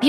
美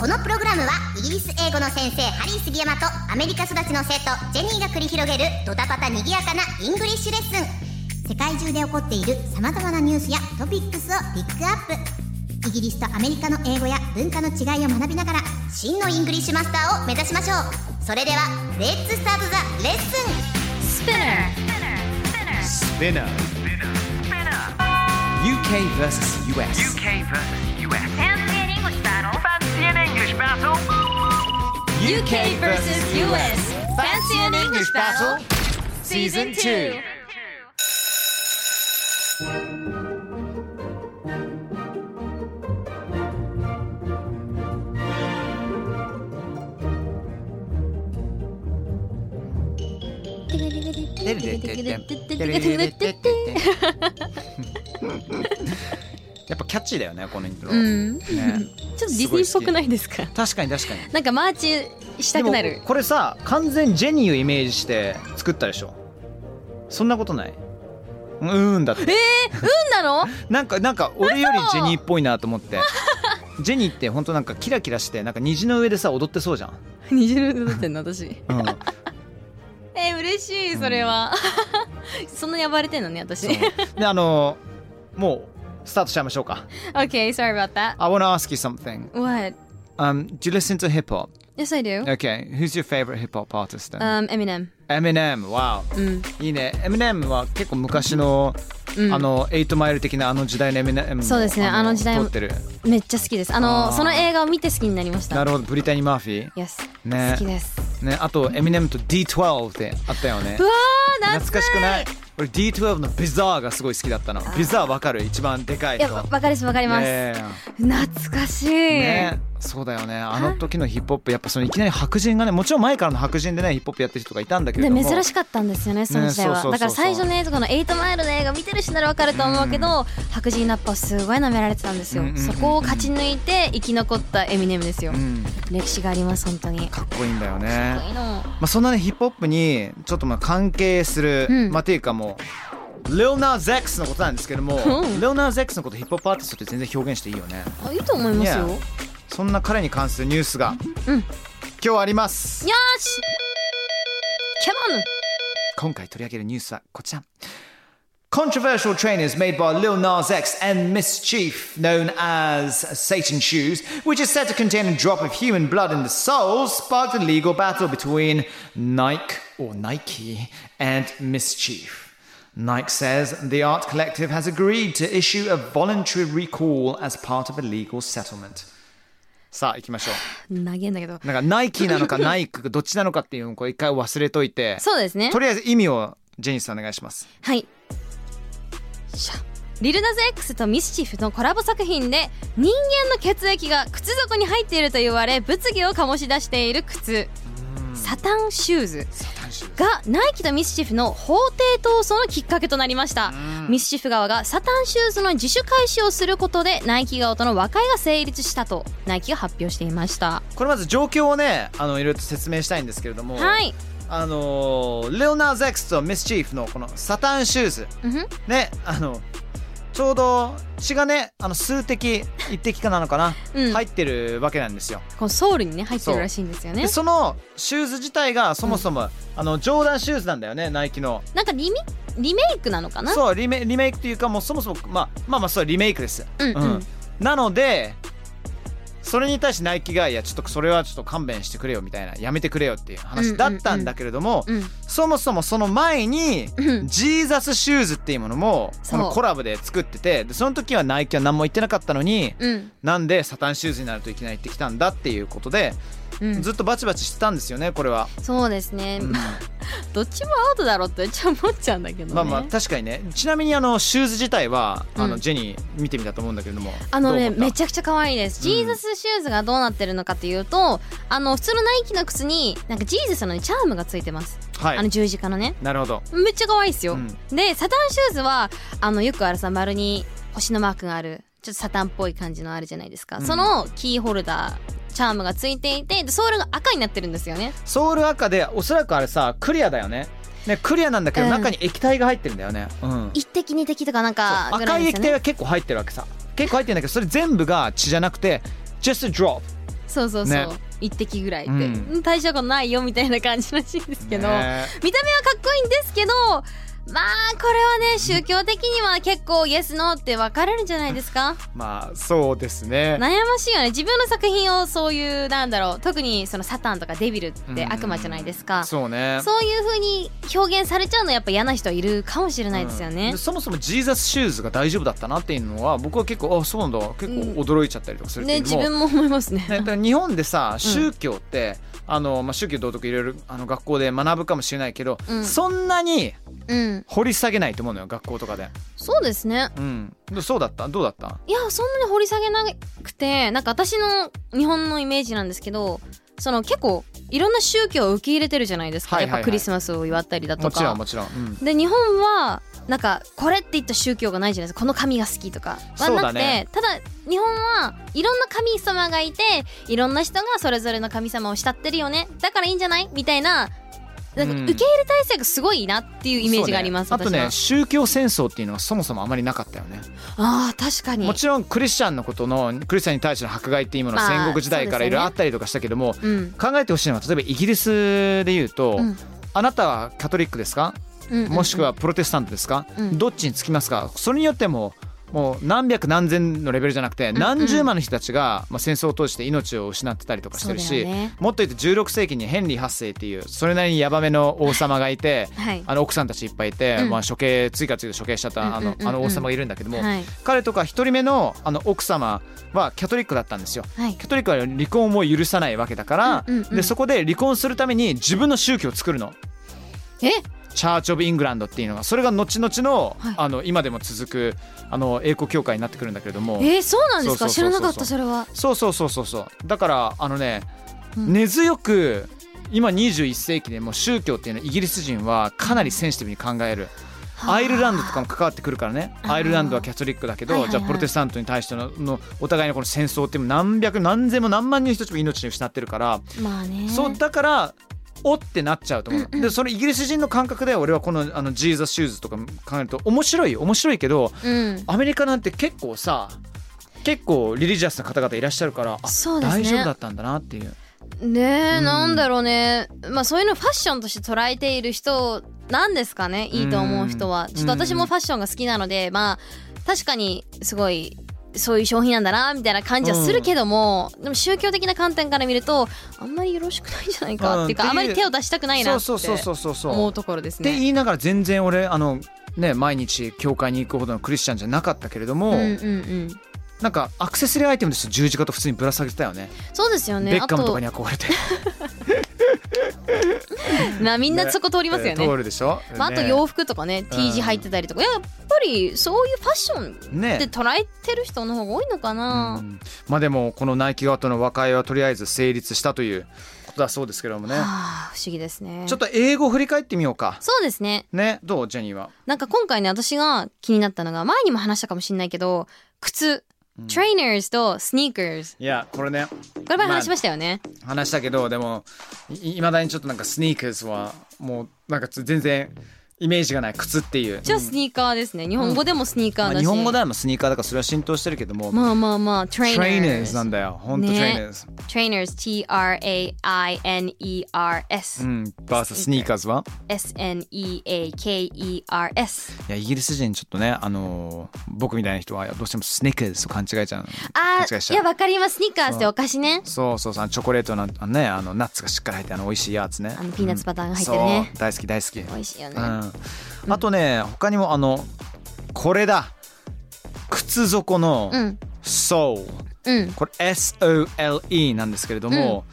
このプログラムはイギリス英語の先生ハリー杉山とアメリカ育ちの生徒ジェニーが繰り広げるドタパタにぎやかなイングリッシュレッスン世界中で起こっている様々なニュースやトピックスをピックアップイギリスとアメリカの英語や文化の違いを学びながら真のイングリッシュマスターを目指しましょうそれではレッツスタートザレッスン Spinner. UK versus US. UK versus US. Fancy an English battle. Fancy an English battle. UK versus US. Fancy an English battle? Season 2. やっぱキャッチーだよねこのイントロ、うん、ちょねっとディズニーっぽくないですか確かに確かになんかマーチしたくなでるもこれさ完全ジェニーをイメージして作ったでしょそんなことないうーんだってなのなんかなんか俺よりジェニーっぽいなと思ってジェニーってほんとなんかキラキラしてなんか虹の上でさ踊ってそうじゃん、二重ルーってんの 私うん、えー、嬉しいそれは、そんなに暴れてんのね私そうであのもうスタートしちゃいましょうか Okay sorry about that I wanna ask you something What? um do you listen to hip hop Yes I do okay who's your favorite hip hop artist then、 Um Eminem Eminem wow うんいいね Eminem は結構昔の、うんあの8マイル的なあの時代の Eminem もそうですねあの時代撮もってるめっちゃ好きですあのあーその映画を見て好きになりましたなるほどブリタニー・マーフィ Yes、ね好きですー、ね、あと Eminem と D12 ってあったよねうわー懐懐かしくない俺 D12 のビザーがすごい好きだったのビザーわかる一番でかいいや人わわかりますわかります、ね懐かしい、えねそうだよねあの時のヒップホップやっぱそのいきなり白人がねもちろん前からの白人でねヒップホップやってる人がいたんだけれでども珍しかったんですよねその時代は、ねそうそうそうそうだから最初の映像の「エイトマイル」の映画見てる人ならわかると思うけど、白人ラッパーすごい舐められてたんですよ、うんうんうんうんそこを勝ち抜いて生き残ったエミネムですよ、うん歴史があります本当にかかっこいいんだよねっこいいのまあ、そんなねヒップホップにちょっとまあ関係する、うんまあていうかもう Lil Nas X のことなんですけども、ん Lil Nas X のことヒップホップアーティストって全然表現していいよねあいいと思いますよ、いやそんな彼に関するニュースが、うん今日ありますよーしキャモン今回取り上げるニュースはこちら Controversial trainers made by Lil Nas X and Mischief, known as Satan Shoes, which is said to contain a drop of human blood in the sole, sparked a legal battle between Nike or Nike and Mischief. Nike says the art collective has agreed to issue a voluntary recall as part of a legal settlement. さあ行きましょ投げんだけどう。なんかナイキなのかナイクどっちなのかっていうのをこう一回忘れといて。そうですねとりあえず意味をジェニーさんお願いします。はいしゃリルナズ X とミスチーフのコラボ作品で人間の血液が靴底に入っていると言われ物議を醸し出している靴サタンシューズがナイキとミスチーフの法廷闘争のきっかけとなりましたミスチーフ側がサタンシューズの自主開始をすることでナイキ側との和解が成立したとナイキが発表していましたこれまず状況をねあのいろいろと説明したいんですけれども、はいあのレオナーズ X とミスチーフのこのサタンシューズうんふんねあのちょうど血がねあの数滴一滴かなのかな、うん入ってるわけなんですよこのソウルにね入ってるらしいんですよねでそのシューズ自体がそもそも、あのジョーダンシューズなんだよねナイキのなんかリミリメイクなのかなそうリメリメイクというかもうそもそも、まあ、まあまあそうリメイクですうんうんなのでそれに対してナイキがいやちょっとそれはちょっと勘弁してくれよみたいなやめてくれよっていう話だったんだけれども、うんそもそもその前に、うんジーザスシューズっていうものもそこうのコラボで作っててでその時はナイキは何も言ってなかったのに、うんなんでサタンシューズになるといけないってきたんだっていうことで、うんずっとバチバチしてたんですよねこれは。そうですね、うんどっちもアウトだろうってちょっと思っちゃうんだけどね、まあまあ確かにねちなみにあのシューズ自体はあうのんジェニー見てみたと思うんだけれどもあのどうね思めったちゃくちゃ可愛いです、うんジーザスシューズがどうなってるのかというとあの普通のナイキの靴になんかジーザスのねチャームがついてます、はあのい十字架のねなるほどめっちゃ可愛いですよ、うんでサタンシューズはあのよくあるさ丸に星のマークがあるちょっとサタンっぽい感じのあるじゃないですか、うんそのキーホルダーチャームがついていてでソールが赤になってるんですよねソウル赤でおそらくあれさクリアだよねねクリアなんだけどうん中に液体が入ってるんだよねうん一滴二滴とかなんかそうぐ赤らいいです液よ体ねが結構入ってるわけさ結構入ってるんだけどそれ全部が血じゃなくて just a drop そうそうそう、ね一滴ぐらいって、うん大したことないよみたいな感じらしいんですけど、ね見た目はかっこいいんですけどまあこれはね宗教的には結構イエスノーって分かれるんじゃないですかまあそうですね悩ましいよね自分の作品をそういうなんだろう特にそのサタンとかデビルって悪魔じゃないですか、そうねそういう風に表現されちゃうのやっぱ嫌な人いるかもしれないですようんねで、そもそもジーザスシューズが大丈夫だったなっていうのは僕は結構あそうなんだ結構驚いちゃったりとかするねけ自ども、分も思いますねねだから日本でさ宗教って、あのまあ、宗教道徳いろいろあの学校で学ぶかもしれないけど、うんそんなにうん掘り下げないと思うのよ学校とかで、そうですねうん、でそうだったどうだったいやそんなに掘り下げなくてなんか私の日本のイメージなんですけどその結構いろんな宗教を受け入れてるじゃないですか、はいはいはいやっぱクリスマスを祝ったりだともちろかんもちろん、うんで日本はなんかこれって言った宗教がないじゃないですかこの神が好きとかはそうなだくて、ねただ日本はいろんな神様がいていろんな人がそれぞれの神様を慕ってるよねだからいいんじゃないみたいななんかうん受け入れ体制がすごいなっていうイメージがあります、そうねあと私はね宗教戦争っていうのはそもそもあまりなかったよねあー確かにもちろんクリスチャンのことのクリスチャンに対しての迫害っていうものはまあ戦国時代からいろいろあったりとかしたけども、うん考えてほしいのは例えばイギリスで言うと、うんあなたはカトリックですかうんもしくはプロテスタントですか、うんどっちにつきますかそれによってももう何百何千のレベルじゃなくてん何十万の人たちが、まあ、戦争を通して命を失ってたりとかしてるそうだし、よねもっと言うと16世紀にヘンリー8世っていうそれなりにヤバめの王様がいて、はいあの奥さんたちいっぱいいて、うんまあ、処刑次から次へと処刑しちゃった、あうんのうんうんうんあの王様がいるんだけども、はい彼とか1人目のあの奥様はキャトリックだったんですよ。はいキャトリックは離婚を許さないわけだから、うんうんうんでそこで離婚するために自分の宗教を作るの。えチャーチ・オブ・イングランドっていうのがそれが後々の,、はいあの今でも続くあの英国教会になってくるんだけれどもえー、そうなんですそかうそうそうそう知らなかったそれはそうそうそうそうそうだからあのね、うん根強く今21世紀でもう宗教っていうのはイギリス人はかなりセンシティブに考える。アイルランドとかも関わってくるからねあーアイルランドはキャトリックだけど、はいはいはいじゃあプロテスタントに対してののお互いのこの戦争っていうのは何百何千も何万人の人たちも命を失ってるから、まあねそうだからおってなっちゃうと思うの、でそれイギリス人の感覚で俺はこのあのジーザスシューズとか考えると面白いよ面白いけどうんアメリカなんて結構さ結構リリジャスな方々いらっしゃるからあ、そうですね大丈夫だったんだなっていうねえ、うんなんだろうねまあそういうのファッションとして捉えている人なんですかねいいと思う人はんちょっと私もファッションが好きなのでまあ確かにすごいそういう商品なんだなみたいな感じはするけども、でも宗教的な観点から見るとあんまりよろしくないんじゃないかっていうか、うんあまり手を出したくないなってそうそうそうそうそう思うところですってね。言いながら全然俺あのね毎日教会に行くほどのクリスチャンじゃなかったけれども、うんうんうん、なんかアクセサリーアイテムとして十字架と普通にぶら下げてたよねそうですよねベッカムとかに憧れてあとなみんなそこ通りますよね通るでしょ、まあ、あとね洋服とかね T 字入ってたりとか、やっぱりそういうファッションねで捉えてる人の方が多いのかな、うんまあでもこのナイキ側との和解はとりあえず成立したということだそうですけどもねはあ不思議ですねちょっと英語振り返ってみようかそうですねねどうジェニーはなんか今回ね私が気になったのが前にも話したかもしれないけど靴、トレーナーズとスニーカーズいやこれねこれ前話しましたよね、話したけどでもいいまだにちょっとなんかスニーカーズはもうなんか全然イメージがない靴っていうじゃあスニーカーですね日本語でもスニーカまーあだし、日本語ではもうスニーカーだからそれは浸透してるけども、まあまあまあトレートナレーナーーズなんだよ本当トねレーナーズ、トレーナーズ T-R-A-I-N-E-R-S、うんバーサスニーカーズは S-N-E-A-K-E-R-S いやイギリス人ちょっとねあのー僕みたいな人はどうしてもスニーカーズと勘違いちゃうのあ間違えちゃーいうやわかりますスニーカーズってお菓子ねそうそうそうチョコレートなんあのねあのナッツがしっかり入ってあの美味しいやつねあのピーナッツバターが入ってるそねう大好き大好き、うん、美味しいよね、あとね他にもあのこれだ靴底のうんソール、うんこれ SOLE なんですけれども、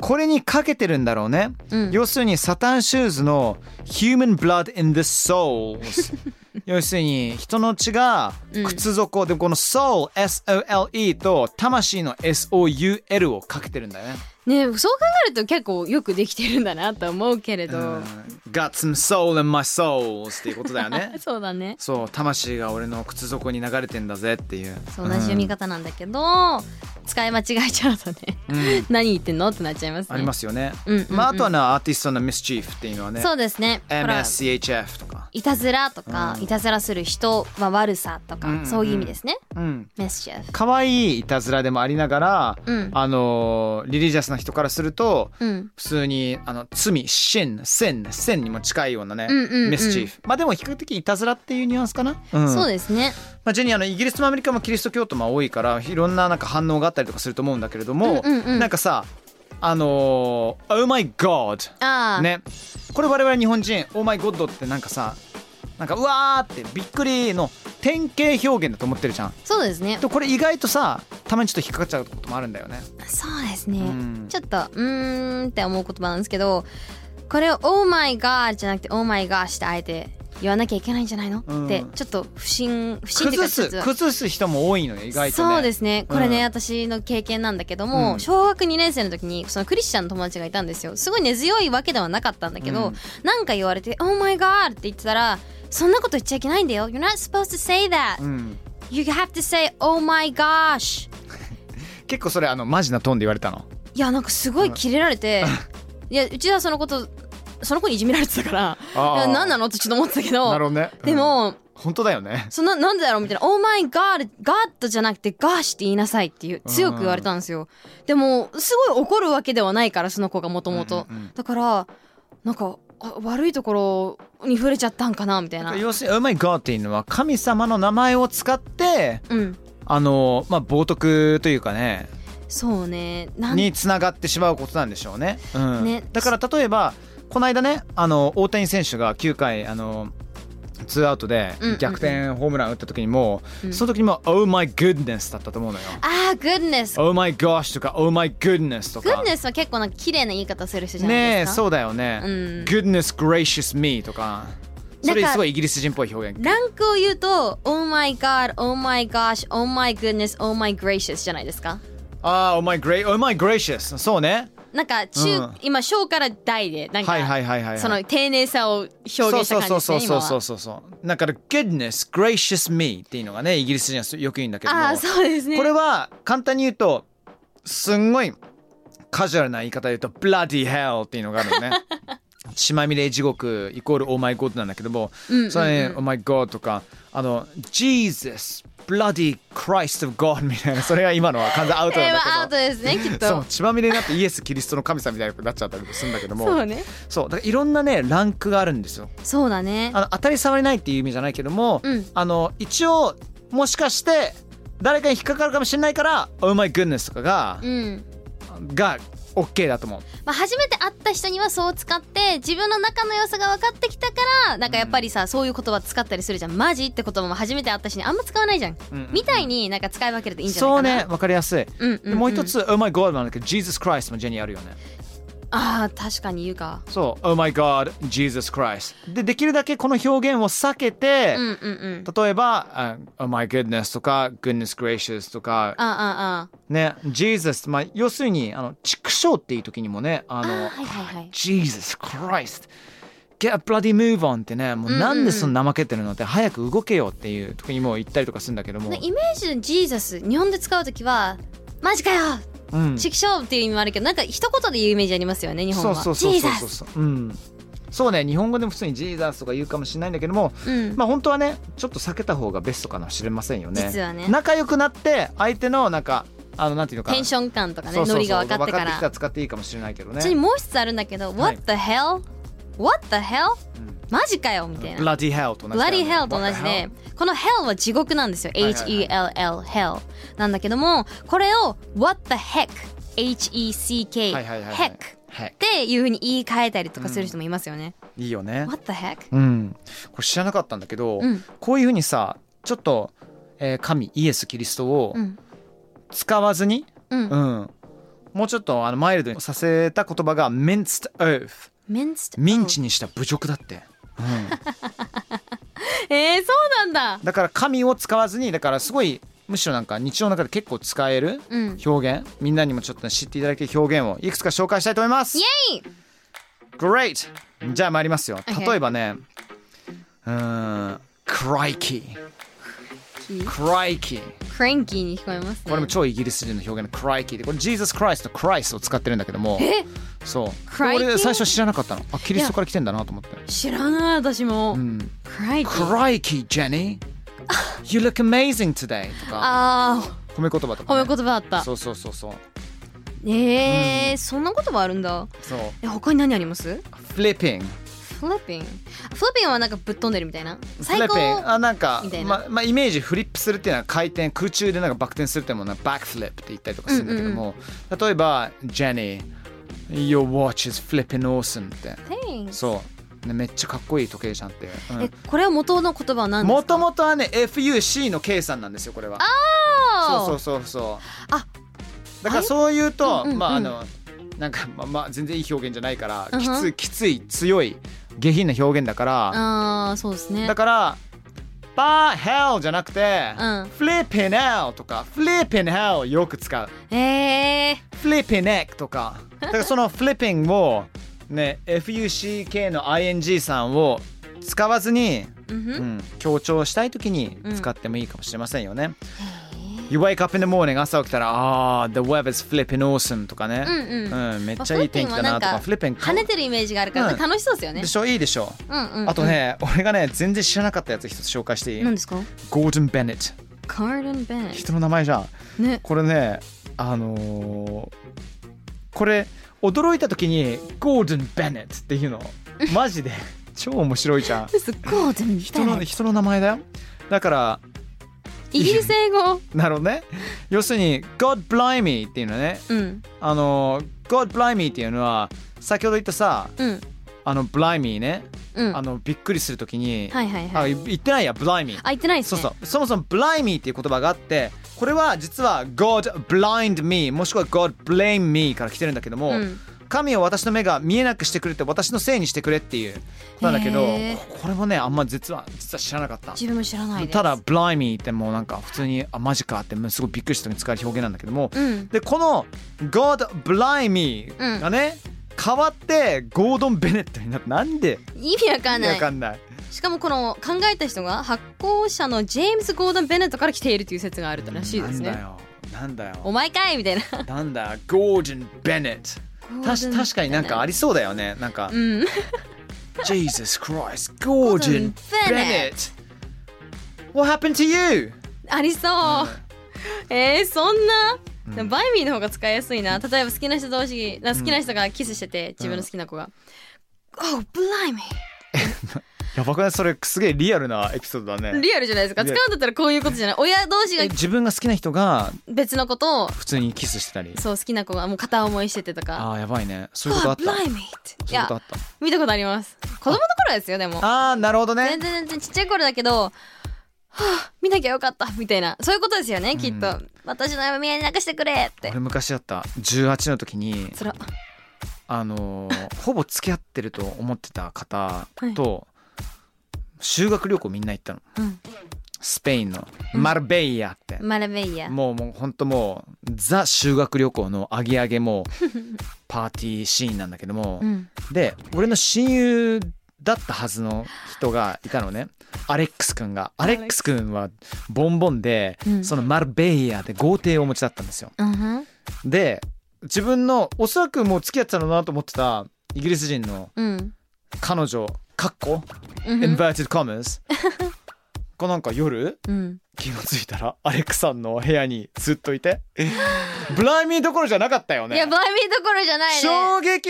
これにかけてるんだろうね、うん要するにサタンシューズの Human Blood in the Souls 要するに人の血が靴底でこの Soul S-O-L-E と魂の S-O-U-L をかけてるんだよねねそう考えると結構よくできてるんだなと思うけれど、 Got some soul in my souls っていうことだよね そうだねそう魂が俺の靴底に流れてんだぜっていうそう同じ読み方なんだけど、使い間違えちゃうとね、 何言ってんのってなっちゃいますね、ありますすよね、うんうんうんまああとはなアーティストの Mischief っていうのはねそうですねほら MSCHF とかいたずらとか、いたずらする人、まあ、悪さとか、うんうんそういう意味ですねうんメッシェフ可愛いいたずらでもありながら、うんあのーリリジャスな人からすると、うん普通にあの罪、sin、sin、sin にも近いようなね、うんうんうんミスチーフ。まあでも比較的いたずらっていうニュアンスかな。うんそうですねまあ、ジェニーあのイギリスもアメリカもキリスト教徒も多いからいろんななんか反応があったりとかすると思うんだけれども、うんうんうんなんかさあのー「Oh my God」ああ、ねこれ我々日本人「Oh my God」ってなんかさなんかうわーってびっくりの典型表現だと思ってるじゃん。そうですねとこれ意外とさたまにちょっと引っかかっちゃうこともあるんだよね。そうですね、うんちょっとうーんって思う言葉なんですけどこれを「Oh my God」じゃなくて「Oh my gosh」ってあえて言わなきゃいけないんじゃないの、うんってちょっと不審不審っていう崩かちょっすと崩す人も多いのよ意外とね。そうですねこれね、うん私の経験なんだけども、うん小学2年生の時にそのクリスチャンの友達がいたんですよすごい根強いわけではなかったんだけど、うんなんか言われて「Oh my God」って言ってたら「そんなこと言っちゃいけないんだよ You're not supposed to say that、うん、 You have to say Oh my gosh」結構それあのマジなトーンで言われたの。いやなんかすごいキレられていやうちはそのことその子にいじめられてたからあーいや何なのってちょっと思ってたけどなるほどね。でも、うん、本当だよね。そんな、なんでだろうみたいな、オーマイガール、ガッドじゃなくてガーシって言いなさいっていう、強く言われたんですよ。でも、すごい怒るわけではないから、その子がもともとうんうんうん。だから、なんか、あ悪いところに触れちゃったんかなみたいな。要するに「Oh my God」っていうのは神様の名前を使ってうん。あのまあ冒涜というかねそうね。なんにつながってしまうことなんでしょうね。うんねだから例えばこの間ねあの大谷選手が9回あのツーアウトでうんうんうん逆転ホームラン打った時にも、んその時にも「Oh my goodness」だったと思うのよ。あー、グッネス。 Oh my gosh とか Oh my goodness とグかッ。ネスは結構なんか綺麗な言い方する人じゃないねでえすか。そうだよね。うん Goodness gracious me とか。それなんかすごいイギリス人っぽい表現。ランクを言うと、Oh my god, oh my gosh, oh my goodness, oh my gracious じゃないですか。ああ、Oh my great, Oh my gracious。そうね。なんか中、うん今小から大でなんか、はいはいはいはいはいその丁寧さを表現したそ感うじそうそうですそねうそうそう今はそうそう。だから goodness gracious me っていうのがね、イギリス人はよく言うんだけども。ああそうですねこれは簡単に言うと、すんごいカジュアルな言い方で言うと bloody hell っていうのがあるのね。血まみれ地獄イコール Oh my God なんだけども、うんうんうんそれね Oh my God とか、あの Jesus bloody Christ of God みたいな、それが今のは完全アウトえなーんだけど。まあアウトですねきっとそう血まみれになってイエス・キリストの神様みたいになっちゃったりもするんだけどもそうねそうだからいろんなねランクがあるんですよそうだねあの当たり障りないっていう意味じゃないけども、うんあの一応もしかして誰かに引っかかるかもしれないから「Oh my goodness」とかが、うんが OK だと思うまあ、初めて会った人にはそう使って自分の中の良さが分かってきたからなんかやっぱりさ、そういう言葉使ったりするじゃんマジって言葉も初めて会った人にあんま使わないじゃん,、うんうんうんみたいになんか使い分けるといいんじゃないそうかなねわかりやすい、うんうんうんでもう一つ「Oh my God」もあるけど「Jesus Christ」もジェニーあるよねああ確かに言うかそう「Oh my God」「Jesus Christ」でできるだけこの表現を避けて、うんうんうん例えばあ「Oh my goodness」とか「Goodness gracious」とかあああね、Jesus、まあ、要するに、あの、畜生っていう時にもね、あああの、あはいはいはい Jesus Christ, get a bloody move on ってね、もうなんでそんな怠けてるのって、早く動けよっていう時にも言ったりとかするんだけども、イメージのジーザス日本で使うときはマジかようん、チキショーっていう意味もあるけどなんか一言で言うイメージありますよね日本そうはそうそうジーそうザそうスそう、うん、そうね、日本語でも普通に Jesus とか言うかもしれないんだけども、うんまあ本当はね、ちょっと避けた方がベストかもしれませんよね。実はね仲良くなって、相手のなんか、あの、なんていうのかな、テンション感とかねそうそうそうノリが分かってから分かってきたら使っていいかもしれないけどねちな。みにもう一つあるんだけど、はい What the hell? What the hell? マジかよみたいな Bloody hell と同じだよね Bloody hell と同じ What the hell？でこの hell は地獄なんですよはいはい H-E-L-L hell なんだけどもこれを What the heck H-E-C-K はいはいはいはい heck っ Heck ていうふうに言い換えたりとかする人もいますよねいいよね。 What the heck? うん、これ知らなかったんだけど、うんこういうふうにさちょっと、えー神イエス・キリストをうん使わずに、うんうんもうちょっとあのマイルドにさせた言葉が minced oath メンチってミンチにした侮辱だって、うん、 えー、そうなんだだから神を使わずにだからすごいむしろなんか日常の中で結構使えるうん表現、みんなにもちょっと知っていただきたい表現をいくつか紹介したいと思いますイエイ Great! じゃあ参りますよ Okay 例えばねうーん Crikey キ Crikey クレンキーに聞こえますねこれも超イギリス人の表現の Crikey でこれ Jesus Christ の Christ を使ってるんだけどもえそう Crikey？俺最初知らなかったのあキリストから来てんだなと思 って知らない私も、んクライキ Crikey ー Jenny You look amazing today とかあ褒め言葉とー褒か、めね、言葉だったそうそうそうそうえーそんなこともあるんだそうえ他に何ありますフリッピングフリッピングフリッピングはなんかぶっ飛んでるみたいなフリ最ッピング高あなんかみたいなままあ、イメージフリップするっていうのは回転空中でなんかバク転するっていうのもバックフリップって言ったりとかするんだけども、例えばジェニー Your watch is flipping awesome ってそう、ね、めっちゃかっこいい時計じゃんって、うんえこれは元の言葉は何ですもかともとはね FUC の K さんなんですよこれはあそううそうそうそうあだからそう言うと、うんうんうんまああのなんかまあまあ全然いい表現じゃないから、うんきふつんきつい強い下品な表現だから、あーそうですねだから、バーヘルじゃなくて、うんフリッピンヘルとか、フリッピンヘルよく使う。えフリッピンエックとか。だから そのフリッピンを、ね、FUCK の ING さんを使わずに、ーうんふんうん、強調したいときに使ってもいいかもしれませんよね。You wake up in the morning 朝起きたら、ああ、the weather's flipping awesome とかね。うんうんうんめっちゃいい天気だなとか、フフリッピンか跳ねてるイメージがあるかうらん楽しそうですよねでしょいいでしょうんうんうんあとね、俺がね、全然知らなかったやつ一つ紹介していい何ですかゴードン・ベネットカーデンベン人の名前じゃんねこれねあのーこれ驚いた時にゴードン・ベネットっていうのマジで超面白いじゃ んですゴーデン人のベン人の名前だよだからイギリス英語なるほどね要するに God Blimey っていうのねうんあのー God Blimey っていうのは先ほど言ったさうんあの Blimey ね、うんあのびっくりする時に、はいはいはいあ言ってないや Blimey あ言ってないでそすうねそうそもそも blind me っていう言葉があってこれは実は God blind me もしくは God blame me から来てるんだけども、うん神を私の目が見えなくしてくれて私のせいにしてくれっていうことなんだけどへーここれもねあんま実は実は知らなかった自分も知らないですただ blind me ってもうなんか普通にあマジかってすごいびっくりした時に使える表現なんだけども、うんでこの God blind me がね、変わってゴードン・ベネットになってなんで意味わかんなわいかんないしかもこの考えた人が発行者のジェームズ・ゴードン・ベネットから来ているという説があるらしいですなんだね。よなんだよお前かいみたいな。なんだ、ゴージン・ベネット。たし確かになんかありそうだよね。なんか、うん。 Jesus Christ, Gordon Gordon Bennett. What happened to you? ありそう。えー、そんな、バイミーの方が使いやすいな。例えば好きな人同士、な好きな人がキスしてて、自分の好きな子が。Oh, blimey! やばくないそれすげえリアルなエピソードだね。リアルじゃないですか。使うんだったらこういうことじゃない。親同士えが自分が好きな人が別のことを、普通にキスしてたり。そう、好きな子がもう片思いしててとか。ああ、やばいね。そういうことあ God, った。そういう blimey! って。いこやとあ、った。見たことあります。子供の頃ですよ、でも。ああー、なるほどね全。然全然ちっちゃい頃だけど、はあ、見なきゃよかったみたいなそういうことですよねきっと、私の夢見えなくしてくれって俺昔あった18の時にそれはあの ーほぼ付き合ってると思ってた方と修学旅行みんな行ったの、うんスペインのマルベイヤって、マルベイヤもうもうほんともうザ修学旅行のアゲアゲも うパーティーシーンなんだけども、うんで俺の親友だったはずの人がいたのねアレックス君がアレックス君はボンボンで、うんそのマルベイヤで豪邸をお持ちだったんですようんふんで自分のおそらくもう付き合ってたのなと思ってたイギリス人のうん彼女かっこ、うんふん inverted commas がなんか夜うん気がついたらアレックさんの部屋にずっといてブライミーどころじゃなかったよいねやバイミーどころじゃないね衝撃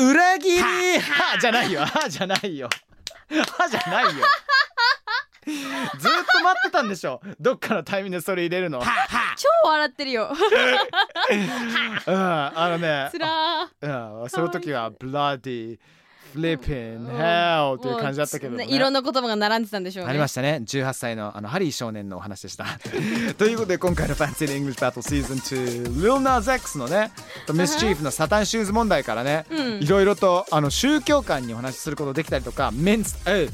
裏切りはじゃないよはじゃないよはじゃないよずっと待ってたんでしょどっかのタイミングでそれ入れるのうん超笑ってるよあのね つらーうん、その時は bloody flipping hell という感じだったけど、ね、もういろんな言葉が並んでたんでしょうねありましたね18歳のあのハリー少年のお話でした ということで今回の「ファンシー・イングリッシュ・バトル・シーズン2」Lil Nas X のねとミスチーフのサタンシューズ問題からね、いろいろとあの宗教観にお話しすることできたりとか「メンズ・エー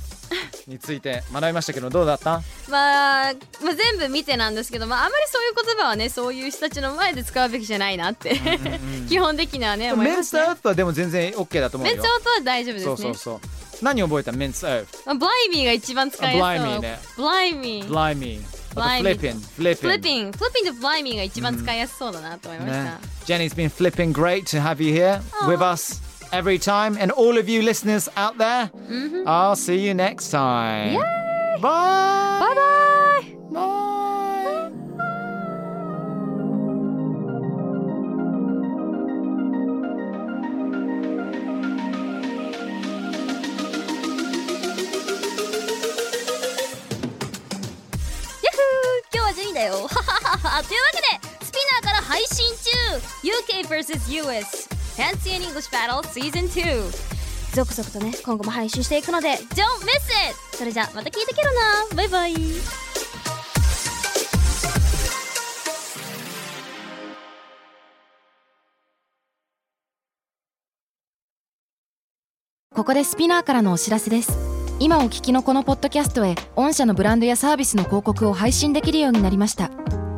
について学びましたけどどうだったまあ、まあ全部見てなんですけど、まあ、あまりそういう言葉はねそういう人たちの前で使うべきじゃないなって 基本的にはね思いメンまズ・すエねーはでも全然 OK だと思うメよンツアウトは大丈夫ですそねうそうそう何覚えたメンズ・エーまあ、ブライミーが一番使えそあブうライミーねブライミーブライミーあとフ Blimey リッピンフリッフピリンッピングフリッピングとブライミーが一番使いやすそうだなと思いました、 Yeah. Jenny's been flipping great to have you here with us every time, and all of you listeners out there. I'll see you next time. Bye. バイバイ Bye. Yahoo! 今日はジェニーだよ というわけでスピナーから配信中 UK vs.US Fancy and English Battle Season 2続々とね今後も配信していくので Don't miss it! それじゃあまた聞いてけろなバイバイここでスピナーからのお知らせです今お聞きのこのポッドキャストへ御社のブランドやサービスの広告を配信できるようになりました